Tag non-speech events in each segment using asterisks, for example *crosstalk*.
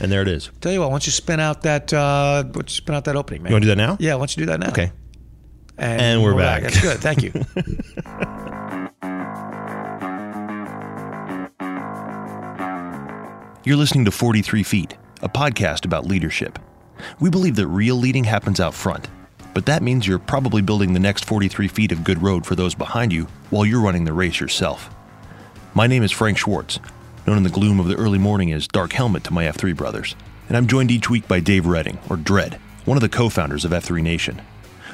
And there it is. Tell you what, why don't you spin out that uh, why don't you spin out that opening, man? You want to do that now? Yeah, why don't you do that now? Okay. And, And we're back. That's good. *laughs* Thank you. You're listening to 43 Feet, a podcast about leadership. We believe that real leading happens out front, but that means you're probably building the next 43 feet of good road for those behind you while you're running the race yourself. My name is Frank Schwartz, known in the gloom of the early morning as Dark Helmet to my F3 brothers, and I'm joined each week by Dave Redding, or Dread, one of the co founders of F3 Nation.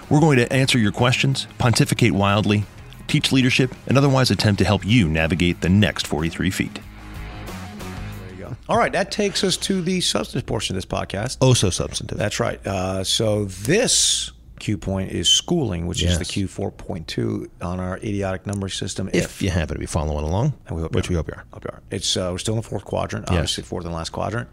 We're going to answer your questions, pontificate wildly, teach leadership, and otherwise attempt to help you navigate the next 43 feet. All right, that takes us to the substance portion of this podcast. Oh, so substantive. That's right. Uh, so this Q point is schooling, which is Yes. the Q four point two on our idiotic number system. if you happen to be following along, And we hope you which are. we hope you are. Hope you are. It's uh, we're still in the fourth quadrant, obviously fourth and last quadrant.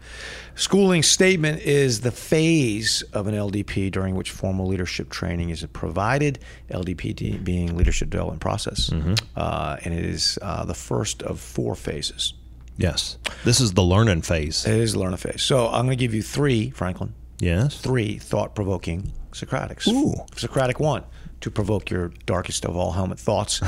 Schooling statement is the phase of an LDP during which formal leadership training is provided. LDP de- being leadership development process, uh, and it is uh, the first of four phases. Yes. This is the learning phase. It is the learning phase. So I'm going to give you three, Franklin, Yes. three thought-provoking Socratics. Ooh. Socratic one to provoke your darkest of all helmet thoughts.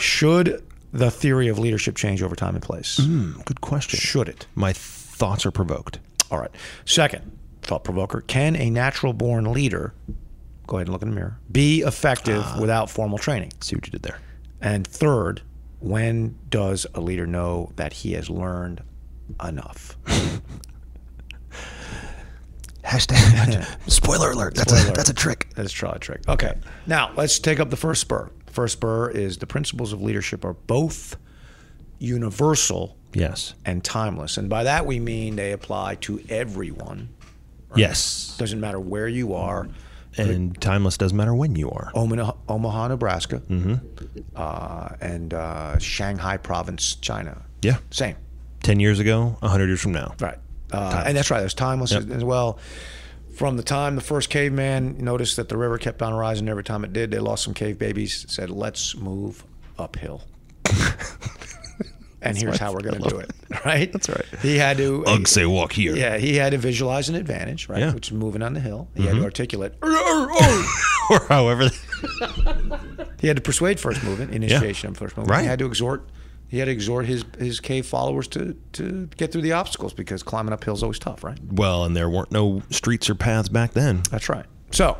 *laughs* Should the theory of leadership change over time and place? Mm. Hmm, Good question. Should it? My thoughts are provoked. All right. Second thought provoker Can a natural born leader, go ahead and look in the mirror, be effective without formal training? See what you did there. And third, when does a leader know that he has learned enough? *laughs* Hashtag spoiler alert. That's a that's a trick. Let's try a trick. Okay. Now, let's take up the first spur. First spur is the principles of leadership are both universal Yes. and timeless. And by that, we mean they apply to everyone. Yes. Doesn't matter where you are. And timeless doesn't matter when you are. Omaha, Omaha Nebraska, uh, and uh, Shanghai Province, China. Yeah. Same, Ten years ago, hundred years from now. right? Uh, and that's right. There's timeless as- as well. From the time the first caveman noticed that the river kept on rising every time it did, they lost some cave babies. Said, "Let's move uphill." and here's how we're going to do it. Right? That's right. He had to. Ugh, say walk here. yeah, he had to visualize an advantage, right? Yeah. Which is moving on the hill. He had to articulate. *laughs* or however. they- *laughs* He had to persuade first movement, initiation of first movement. Right. He had to exhort. He had to exhort his his cave followers to to get through the obstacles because climbing up hills always tough, right? Well, and there weren't no streets or paths back then. That's right. So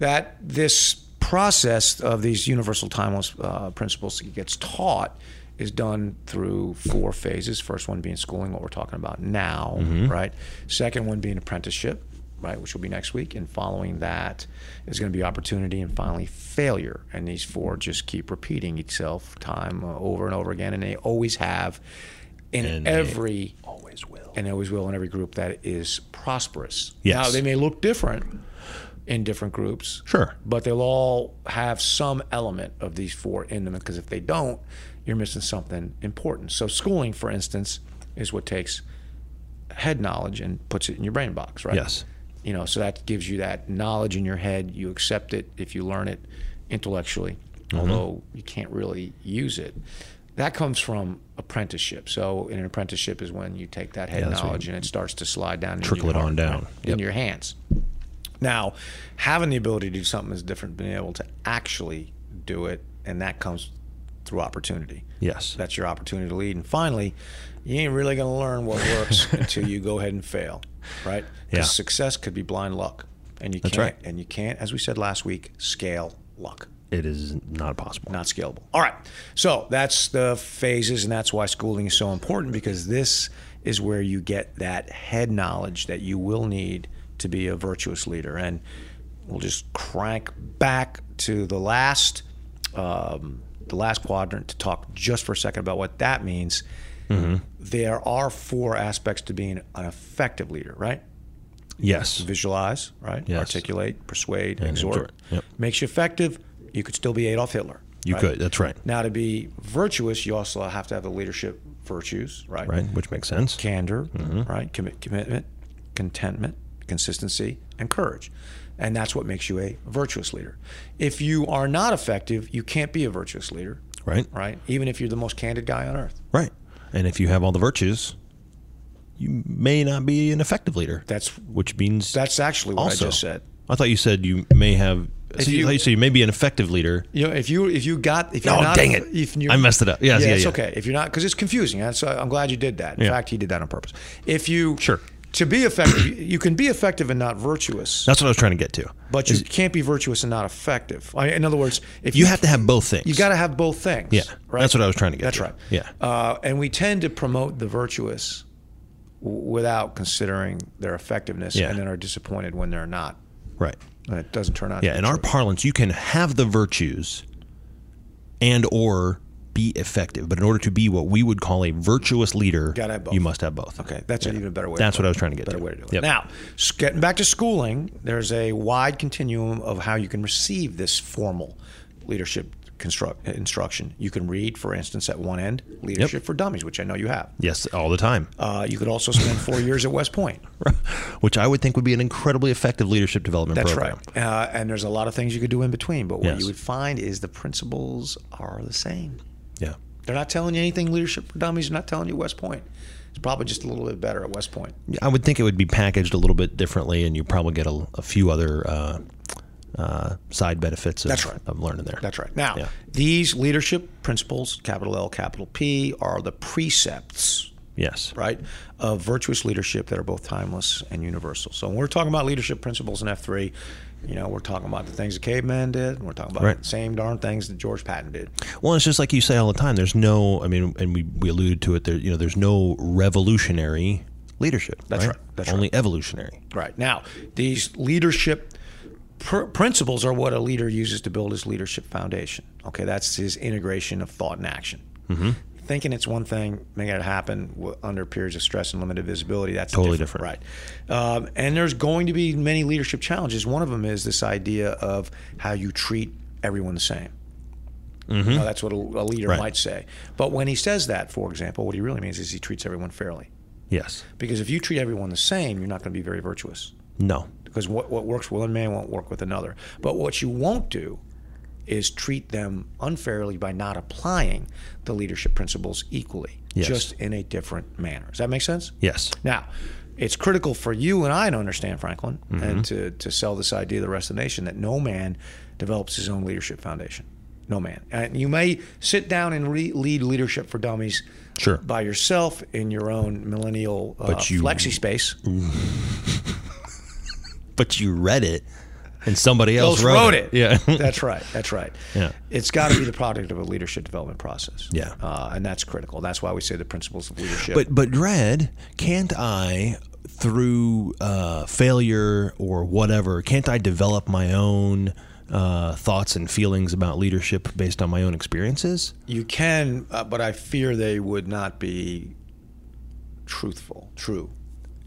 that this process of these universal timeless uh, principles that gets taught is done through four phases. First one being schooling, what we're talking about now, right? Second one being apprenticeship, right, which will be next week, and following that is going to be opportunity, and finally failure. And these four just keep repeating itself time uh, over and over again, and they always have in And they every always will, and always will in every group that is prosperous. Yes. Now they may look different in different groups. Sure. But they'll all have some element of these four in them because if they don't, you're missing something important. So schooling, for instance, is what takes head knowledge and puts it in your brain box, right? Yes. You know, so that gives you that knowledge in your head. You accept it if you learn it intellectually, Mm-hmm. although you can't really use it. That comes from apprenticeship. So, in an apprenticeship is when you take that head that's what knowledge and it starts to slide down, into Trickle your it on heart, down. right? in Yep. your hands. Now, having the ability to do something is different than being able to actually do it, and that comes through opportunity. Yes. That's your opportunity to lead. And finally, you ain't really going to learn what *laughs* works until you go ahead and fail, right? Yeah. Because success could be blind luck, and you That's can't. right. And you can't, as we said last week, scale luck It is not possible. not scalable. All right. So that's the phases, and that's why schooling is so important because this is where you get that head knowledge that you will need to be a virtuous leader. And we'll just crank back to the last, um, the last quadrant to talk just for a second about what that means. Mm-hmm. There are four aspects to being an effective leader, right? Yes. Visualize, right? Yes. Articulate, persuade, exhort. exhort. Yep. Makes you effective. You could still be Adolf Hitler. You right? could. That's right. Now, to be virtuous, you also have to have the leadership virtues, right? Right. Which makes sense. Candor, Mm-hmm. right? Commit, commitment, contentment, consistency, and courage. And that's what makes you a virtuous leader. If you are not effective, you can't be a virtuous leader, Right. right? Even if you're the most candid guy on earth. Right. And if you have all the virtues, you may not be an effective leader. That's- which means That's actually what also. I just said. I thought you said you may have. So you, you- thought you said you may be an effective leader. You know, if you if you got if No, you're not dang it. if you I messed it up. Yes, yeah, it's yeah. okay. If you're not because it's confusing. That's I'm glad you did that. In Yeah. fact, he did that on purpose. If you Sure. to be effective, you- you can be effective and not virtuous, That's what I was trying to get to. but you can't be virtuous and not effective. I, in other words, if You have to have both things. you got to have both things. Yeah, right. that's what I was trying to get. That's to. right. Yeah, Uh, and we tend to promote the virtuous w- without considering their effectiveness, Yeah. and then are disappointed when they're not. right. And it doesn't turn out. Yeah, to in be our true. parlance, you can have the virtues and or be effective, but in order to be what we would call a virtuous leader, Gotta have both. you must have both. Okay, that's an even better way. That's to put what I it. was trying to get Better to. way to do it. Yep. Now, s- getting back to schooling, there's a wide continuum of how you can receive this formal leadership construct instruction. You can read, for instance, at one end, leadership for dummies, which I know you have. Yes, all the time. Uh, you could also spend *laughs* four years at West Point. Which I would think would be an incredibly effective leadership development That's program. right. Uh, and there's a lot of things you could do in between, but what Yes. you would find is the principles are the same. Yeah. They're not telling you anything leadership for dummies. They're not telling you West Point. It's probably just a little bit better at West Point. I would think it would be packaged a little bit differently, and you probably get a, a few other uh, uh, side benefits of, That's right. of learning there. That's right. Now, Yeah. these leadership principles, capital L, capital P, are the precepts, Yes. right, of virtuous leadership that are both timeless and universal. So when we're talking about leadership principles in F3, you know, we're talking about the things the caveman did. and We're talking about Right. the same darn things that George Patton did. Well, it's just like you say all the time. There's no, I mean, and we, we alluded to it. There, you know, there's no revolutionary leadership. That's right. right. That's only evolutionary. Right. Now, these leadership pr- principles are what a leader uses to build his leadership foundation. Okay, that's his integration of thought and action. Mm-hmm. Thinking it's one thing, making it happen w- under periods of stress and limited visibility, that's Totally Right. Um, and there's going to be many leadership challenges. One of them is this idea of how you treat everyone the same. You know, that's what a, a leader Mm-hmm. Right. might say. But when he says that, for example, what he really means is he treats everyone fairly. Yes. Because if you treat everyone the same, you're not going to be very virtuous No. because what, what works with one man won't work with another. But what you won't do is treat them unfairly by not applying the leadership principles equally, Yes. just in a different manner. Does that make sense? Yes. Now, it's critical for you and I to understand Franklin Mm-hmm. and to, to sell this idea to the rest of the nation that no man develops his own leadership foundation. No man. And you may sit down and re- lead leadership for dummies Sure. by yourself in your own millennial uh, But you- flexi space. But you read it, and somebody else Both wrote, it. *laughs* Yeah. that's right. That's right. Yeah. It's got to be the product of a leadership development process. Yeah. Uh, and that's critical. That's why we say the principles of leadership. But but dread, can't I through uh, failure or whatever? Can't I develop my own uh, thoughts and feelings about leadership based on my own experiences? you can, uh, but I fear they would not be truthful. True,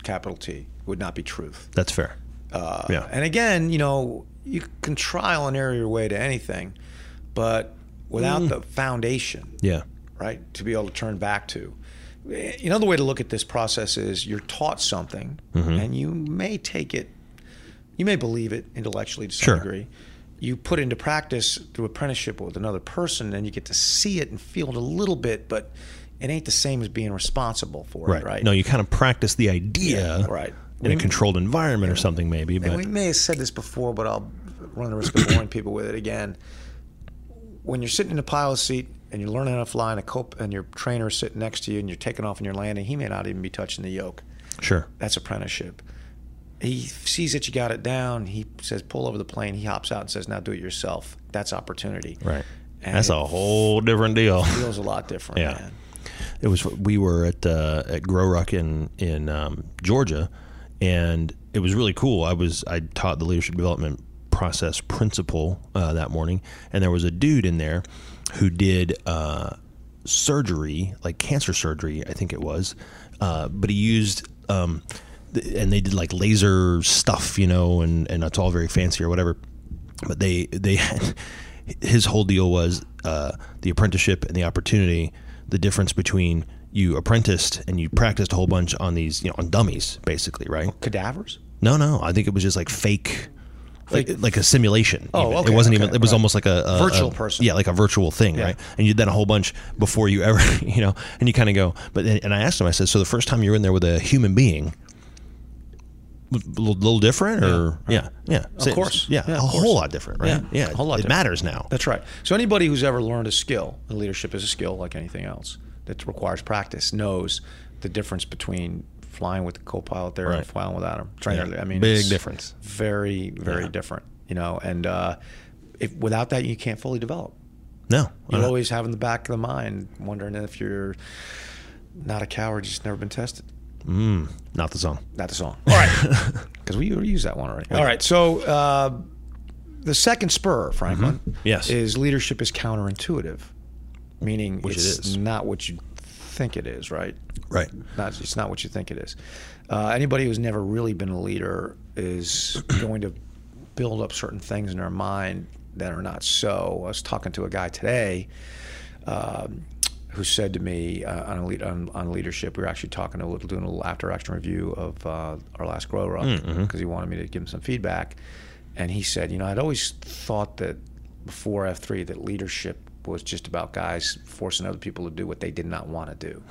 capital T would not be truth. That's fair. Uh, Yeah. And again, you know, you can trial and error your way to anything, but without Mm. the foundation, Yeah. right? To be able to turn back to. Another way to look at this process is you're taught something Mm-hmm. and you may take it, you may believe it intellectually to some Sure. degree. You put into practice through apprenticeship with another person and you get to see it and feel it a little bit, but it ain't the same as being responsible for Right. it, right? No, you kind of practice the idea. Yeah, right. In a We- controlled environment or something, maybe. And But we may have said this before, but I'll run the risk *clears throat* of boring people with it again. When you're sitting in a pilot seat and you're learning how to fly, and a cop and your trainer is sitting next to you, and you're taking off and you're landing, he may not even be touching the yoke. sure. That's apprenticeship. He sees that you got it down. He says, "Pull over the plane." He hops out and says, "Now do it yourself." That's opportunity. Right. And That's it a whole different deal. Feels a lot different. Yeah. Man. It was we were at uh, at Grow Rock in in um, Georgia, and it was really cool. I was I taught the leadership development process principle uh, that morning, and there was a dude in there who did uh, surgery, like cancer surgery, I think it was, uh, but he used. Um, th- and they did like laser stuff, you know, and, and it's all very fancy or whatever but they they *laughs* had his whole deal was uh, the apprenticeship and the opportunity the difference between you apprenticed and you practiced a whole bunch on these you know on dummies basically right Cadavers. no no i think it was just like fake like, like a simulation. Oh, even. okay, It wasn't okay, even. It was right. almost like a, a Virtual a- person. Yeah, like a virtual thing, right? And you did a whole bunch before you *laughs* ever, you know, and you kind of go. But then- and I asked him. I said, so the first time you were in there with a human being. was A little, little different, or yeah, yeah, of course. yeah, Yeah, a of whole course. lot different, right? Yeah, a whole lot It different. matters now. That's right. So anybody who's ever learned a skill, and leadership is a skill like anything else that requires practice, knows the difference between flying with the co-pilot there Right. and flying without him. Trainer, Yeah. I mean, Big it's difference. Very, very different. You know, and uh, if without that, you can't fully develop. No, You Uh, always have in the back of the mind wondering if you're not a coward, you've just never been tested. not the song. Not the song. *laughs* All right. Because we already used that one already. All right. So uh, the second spur, Franklin, Yes. is leadership is counterintuitive, meaning Which it it's is. not what you think it is, right? Right. Not, it's not what you think it is. Uh, anybody who's never really been a leader is going to build up certain things in their mind that are not so. I was talking to a guy today um, who said to me uh, on, a lead, on, on leadership, we were actually talking a little, doing a little after action review of uh, our last grow rock because he wanted me to give him some feedback. And he said, you know, I'd always thought that before F3 that leadership was just about guys forcing other people to do what they did not want to do.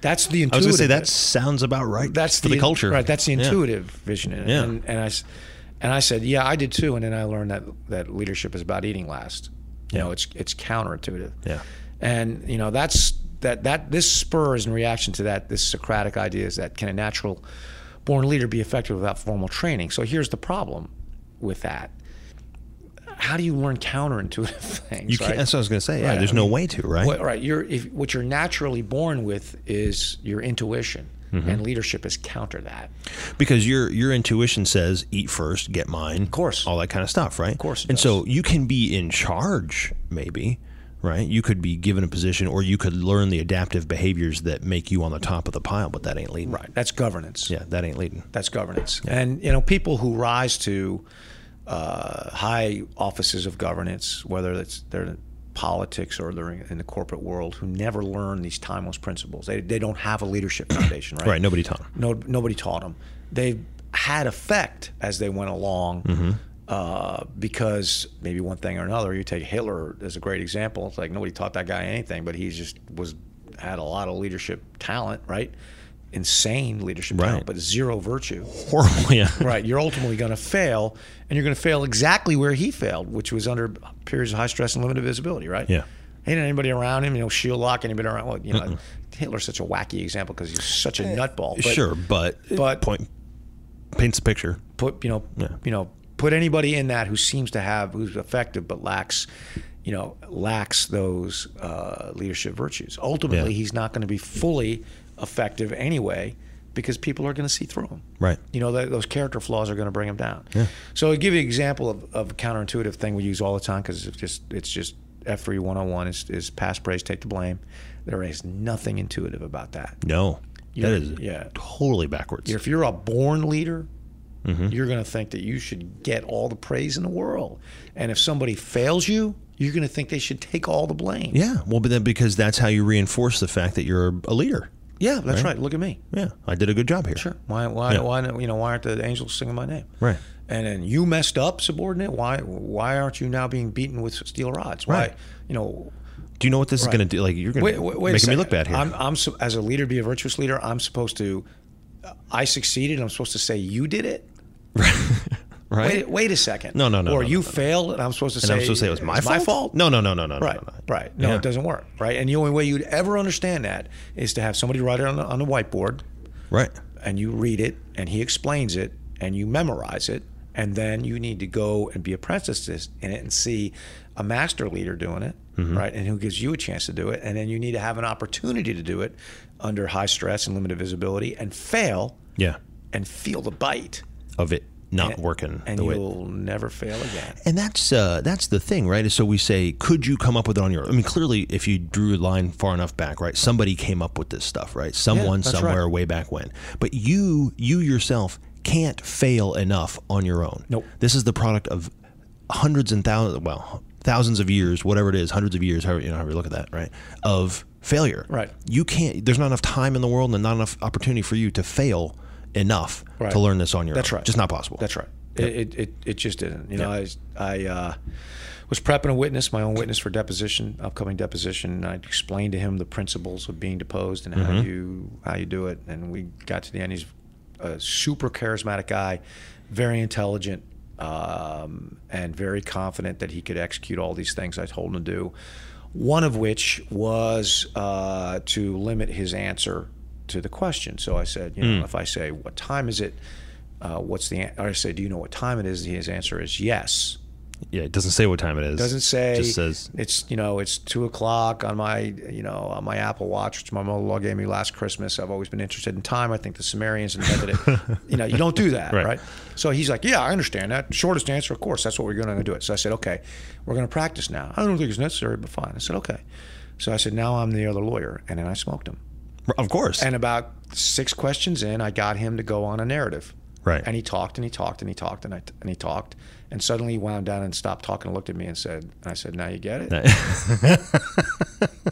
that's the intuitive. I was going to say bit that sounds about right. that's for the, culture, right? That's the Yeah. intuitive vision in it. Yeah. And, and I, s- and I said, yeah, I did too. And then I learned that that leadership is about eating last. You know, it's it's counterintuitive. Yeah. And you know that's that that this spurs in reaction to that this Socratic idea is that can a natural born leader be effective without formal training? So here's the problem with that. How do you learn counterintuitive *laughs* things? You can't, right? That's what I was going to say. Yeah, Right, there's I no way to, right? What, right. You're, if, what you're naturally born with is your intuition, and leadership is counter that. because your your intuition says eat first, get mine, of course. all that kind of stuff, right? Of course it And so you can be in charge, maybe, right? You could be given a position, or you could learn the adaptive behaviors that make you on the top of the pile, but that ain't leading. Right. That's governance. Yeah, that ain't leading. That's governance. And you know, people who rise to uh, high offices of governance, whether it's they're in politics or they're in in the corporate world, who never learn these timeless principles. They, they don't have a leadership foundation, *clears throat* right? Right. Nobody taught 'em. No, nobody taught them. They had effect as they went along. Mm-hmm. Uh, because maybe one thing or another, you take Hitler as a great example. It's like nobody taught that guy anything, but he just was had a lot of leadership talent, right? Insane leadership Right. talent, but zero virtue. Horrible. *laughs* Yeah. Right, you're ultimately going to fail, and you're going to fail exactly where he failed, which was under periods of high stress and limited visibility. Right. Yeah. He didn't have anybody around him. You know, shield lock anybody around. Well, you know, Hitler's such a wacky example because he's such a nutball. But Eh, sure, but but- point paints a picture. Put you know you know put anybody in that who seems to have who's effective but lacks you know lacks those uh, leadership virtues. Ultimately, Yeah. he's not going to be fully effective anyway because people are going to see through him. Right. You know, that, those character flaws are going to bring them down. So I'll give you an example of, of a counterintuitive thing we use all the time because it's just it's just F3 101 is, is past praise, take the blame. There is nothing intuitive about that. No. That You're- is yeah. totally backwards. If you're a born leader, Mm-hmm. you're going to think that you should get all the praise in the world. And if somebody fails you, you're going to think they should take all the blame. yeah. Well, but then because that's how you reinforce the fact that you're a leader. Yeah, that's right. Look at me. Yeah, I did a good job here. Sure. Why? Why? Yeah. Why? You know? Why aren't the angels singing my name? Right. And then you messed up, subordinate. Why? Why aren't you now being beaten with steel rods? Why? Right. You know. Do you know what this is going to do? Like you're going Wait. to Wait. wait a making me second. look bad here. I'm. I'm su- as a leader, be a virtuous leader. I'm supposed to. I succeeded. I'm supposed to say you did it. right? Wait. Wait a second. No, no, no, Or no, you no, no. failed, and I'm supposed to and say. I'm supposed to say it was my it's fault. My fault. No, no, no, no, no, no, Right, no, no. right. No, Yeah. it doesn't work. Right, and the only way you'd ever understand that is to have somebody write it on the, on the whiteboard, Right. and you read it and he explains it and you memorize it and then you need to go and be apprentices in it and see a master leader doing it Mm-hmm. right and who gives you a chance to do it and then you need to have an opportunity to do it under high stress and limited visibility and fail Yeah. and feel the bite Of it not working and the way. you'll never fail again And that's uh, that's the thing, right? Is so we say, could you come up with it on your? own? I mean, clearly, if you drew a line far enough back, right? Somebody came up with this stuff, right? Someone that's somewhere way back when. But you, you yourself, can't fail enough on your own. Nope. This is the product of hundreds and thousands, well, thousands of years, whatever it is, hundreds of years, however you know, however you look at that, right? Of failure. Right. You can't. There's not enough time in the world, and not enough opportunity for you to fail enough Right. to learn this on your That's own. right. Just not possible. That's right. It, it, it just didn't. You know, I I uh, was prepping a witness, my own witness for deposition, upcoming deposition. And I explained to him the principles of being deposed and how you how you do it. And we got to the end. He's a super charismatic guy, very intelligent, um, and very confident that he could execute all these things I told him to do. One of which was uh, to limit his answer to the question. So I said, you know, if I say, "What time is it?" Uh, what's the? an- Or I say, "Do you know what time it is?" His answer is yes. Yeah, it doesn't say what time it is. Doesn't say. Just says it's you know it's two o'clock on my you know on my Apple Watch, which my mother-in-law gave me last Christmas. I've always been interested in time. I think the Sumerians invented it. *laughs* you know, you don't do that, Right. right. So he's like, "Yeah, I understand that. Shortest answer, of course. That's what we're going to do it." So I said, "Okay, we're going to practice now. I don't think it's necessary, but fine." I said, "Okay." So I said, "Now I'm the other lawyer," and then I smoked him. of course. *laughs* And about six questions in, I got him to go on a narrative. Right. And he talked and he talked and he talked and I and he talked and suddenly he wound down and stopped talking and looked at me and said, and I said, now you get it, *laughs*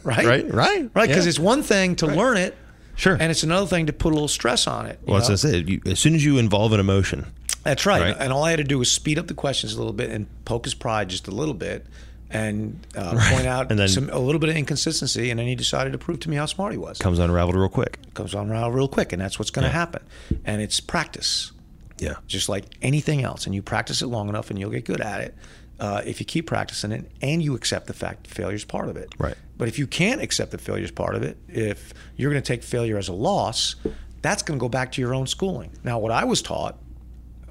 right? right, right, Right. Because yeah. it's one thing to learn it, sure. and it's another thing to put a little stress on it. you well, as know? I said, you, as soon as you involve an emotion, That's right. Right. And all I had to do was speed up the questions a little bit and poke his pride just a little bit. And uh, point out And then- some, a little bit of inconsistency, and then he decided to prove to me how smart he was. comes unraveled real quick. Comes on around real quick, and that's what's going to happen. And it's practice. Yeah, just like anything else. And you practice it long enough, and you'll get good at it uh, if you keep practicing it, and you accept the fact that failure is part of it. Right. But if you can't accept that failure is part of it, if you're going to take failure as a loss, that's going to go back to your own schooling. Now, what I was taught.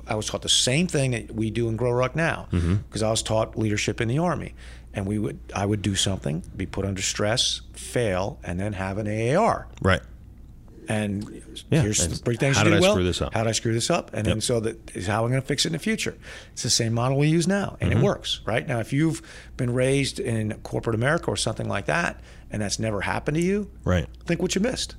I was taught the same thing that we do in Grow Rock now, because I was taught leadership in the Army, and we would I would do something, be put under stress, fail, and then have an AAR right. and Yeah, here's and the three things how you did did I well. screw this up? How did I screw this up? And then so that is how I'm going to fix it in the future. It's the same model we use now, and it Mm-hmm. works right now. If you've been raised in corporate America or something like that, and that's never happened to you, Right. Think what you missed.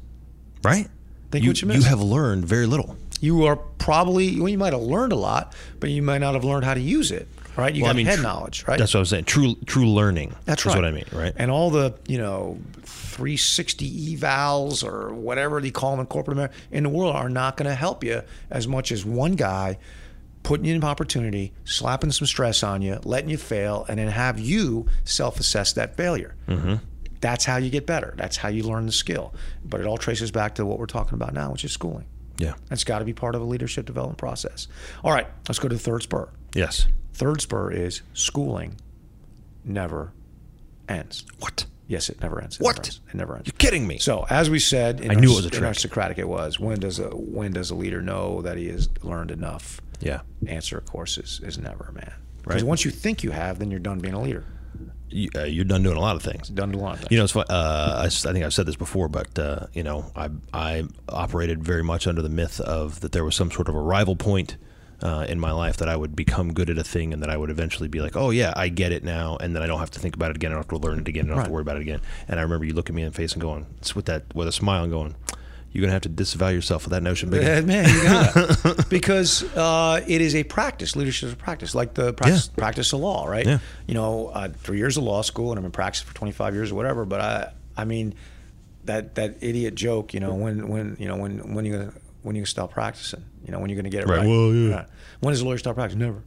Right. Think you, what you missed. have learned very little. You are probably well, you might have learned a lot, but you might not have learned how to use it. Right? You Well, I got mean, head tr- knowledge, right? That's what I was saying. True, true learning. That's is right. what I mean. Right. And all the, you know, 360 evals or whatever they call them in corporate America in the world are not going to help you as much as one guy putting you in opportunity, slapping some stress on you, letting you fail, and then have you self assess that failure. That's how you get better. That's how you learn the skill. But it all traces back to what we're talking about now, which is schooling. yeah. That's got to be part of a leadership development process. All right, let's go to the third spur. Yes. Third spur is schooling never ends. What? Yes, it never ends. It What? Never ends. It never ends. You're kidding me. So, as we said, in I our, knew it was a in our trick. Socratic, it was when does a when does a leader know that he has learned enough? yeah. Answer, of course, is, is never, man. Because Right. once you think you have, then you're done being a leader. You, uh, you're done doing a lot of things. Done to a lot of things. You know, it's fun. Uh, I, s- I think I've said this before, but uh, you know, I I operated very much under the myth of that there was some sort of arrival point uh, in my life that I would become good at a thing, and that I would eventually be like, oh yeah, I get it now, and then I don't have to think about it again. I don't have to learn it again. I don't have to worry about it again. And I remember you looking me in the face and going, it's with that with a smile and going, you're gonna have to disavow yourself of that notion. Big *laughs* Yeah, man, you got *laughs* it. because uh, it is a practice. Leadership is a practice, like the practice, practice of law, right? Yeah. You know, uh, three years of law school, and I'm in practice for 25 years or whatever. But I, I mean, that that idiot joke, you know, when when you know when when you gonna when you gonna stop practicing, you know, when you're gonna get it Right. right. Well, yeah. Right. When does a lawyer stop practicing? Never.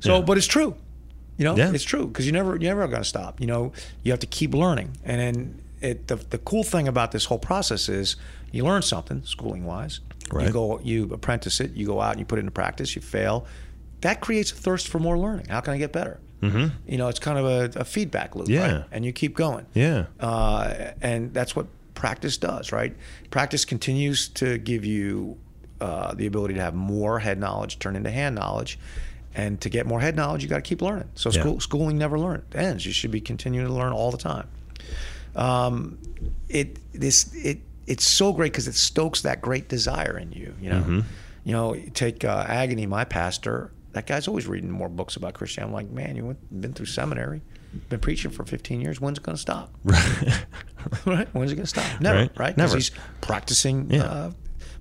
So, but it's true. You know, Yeah. it's true because you never you never are gonna stop. You know, you have to keep learning, and then. It, the, the cool thing about this whole process is you learn something schooling wise Right. you go, you apprentice it. You go out and you put it into practice. You fail. That creates a thirst for more learning. How can I get better? Mm-hmm. You know, it's kind of a, a feedback loop. Yeah. Right? And you keep going. Yeah. *laughs* Uh, and that's what practice does, right? Practice continues to give you uh, the ability to have more head knowledge turn into hand knowledge. And to get more head knowledge, you got to keep learning. So Yeah. school, schooling never learn, ends. You should be continuing to learn all the time Um, it this it it's so great because it stokes that great desire in you. You know, you know, you take uh, agony, my pastor. That guy's always reading more books about Christianity. I'm like, man, you went, been through seminary, been preaching for 15 years. When's it going to stop? Right. *laughs* *laughs* right? When's it going to stop? Never, Right. right? 'Cause Never. He's practicing Yeah. uh,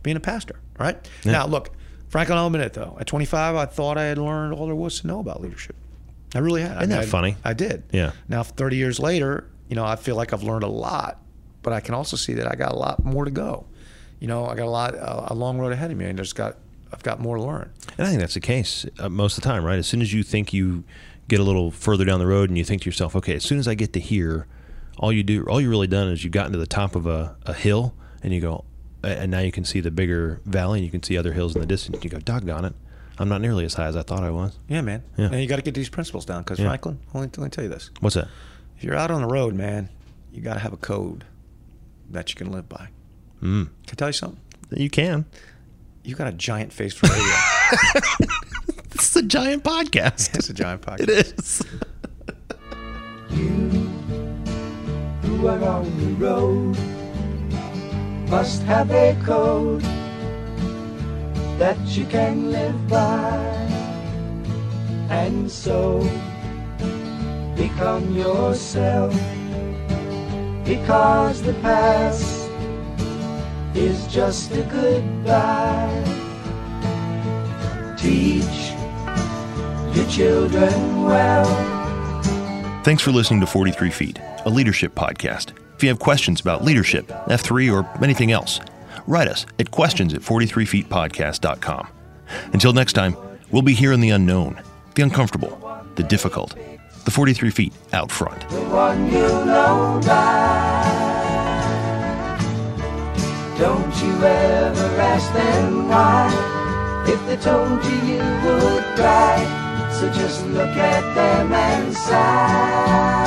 being a pastor, right? Now, look, Franklin L. Minute, though, at 25, I thought I had learned all there was to know about leadership. I really had. Isn't that funny? I did. Yeah. Now, 30 years later, you know, I feel like I've learned a lot, but I uh, can also see that I got a lot more to go. You know, I got a lot, a, a long road ahead of me, and there's got I've got more to learn. And I think that's the case uh, most of the time, right? As soon as you think you get a little further down the road and you think to yourself, okay, as soon as I get to here, all you do, all you really done is you've gotten to the top of a, a hill and you go, and now you can see the bigger valley and you can see other hills in the distance. you go, doggone it. I'm not nearly as high as I thought I was. Yeah, man. Yeah. And you got to get these principles down because Yeah. Franklin, let me, let me tell you this: What's that? if you're out on the road, man, you got to have a code that you can live by. Mm. Can I tell you something? You can. You got a giant face for radio. This is a giant podcast. *laughs* it's a giant podcast. It is. who are on the road must have a code that you can live by and so become yourself because the past is just a goodbye teach your children well Thanks for listening to 43 Feet, a leadership podcast. If you have questions about leadership, F3, or anything else, write us at questions at 43feetpodcast.com. Until next time, we'll be here in the unknown, the uncomfortable, the difficult, the 43 feet out front. one you know by. Don't you ever ask them why. If they told you, you would cry. So just look at them and sigh.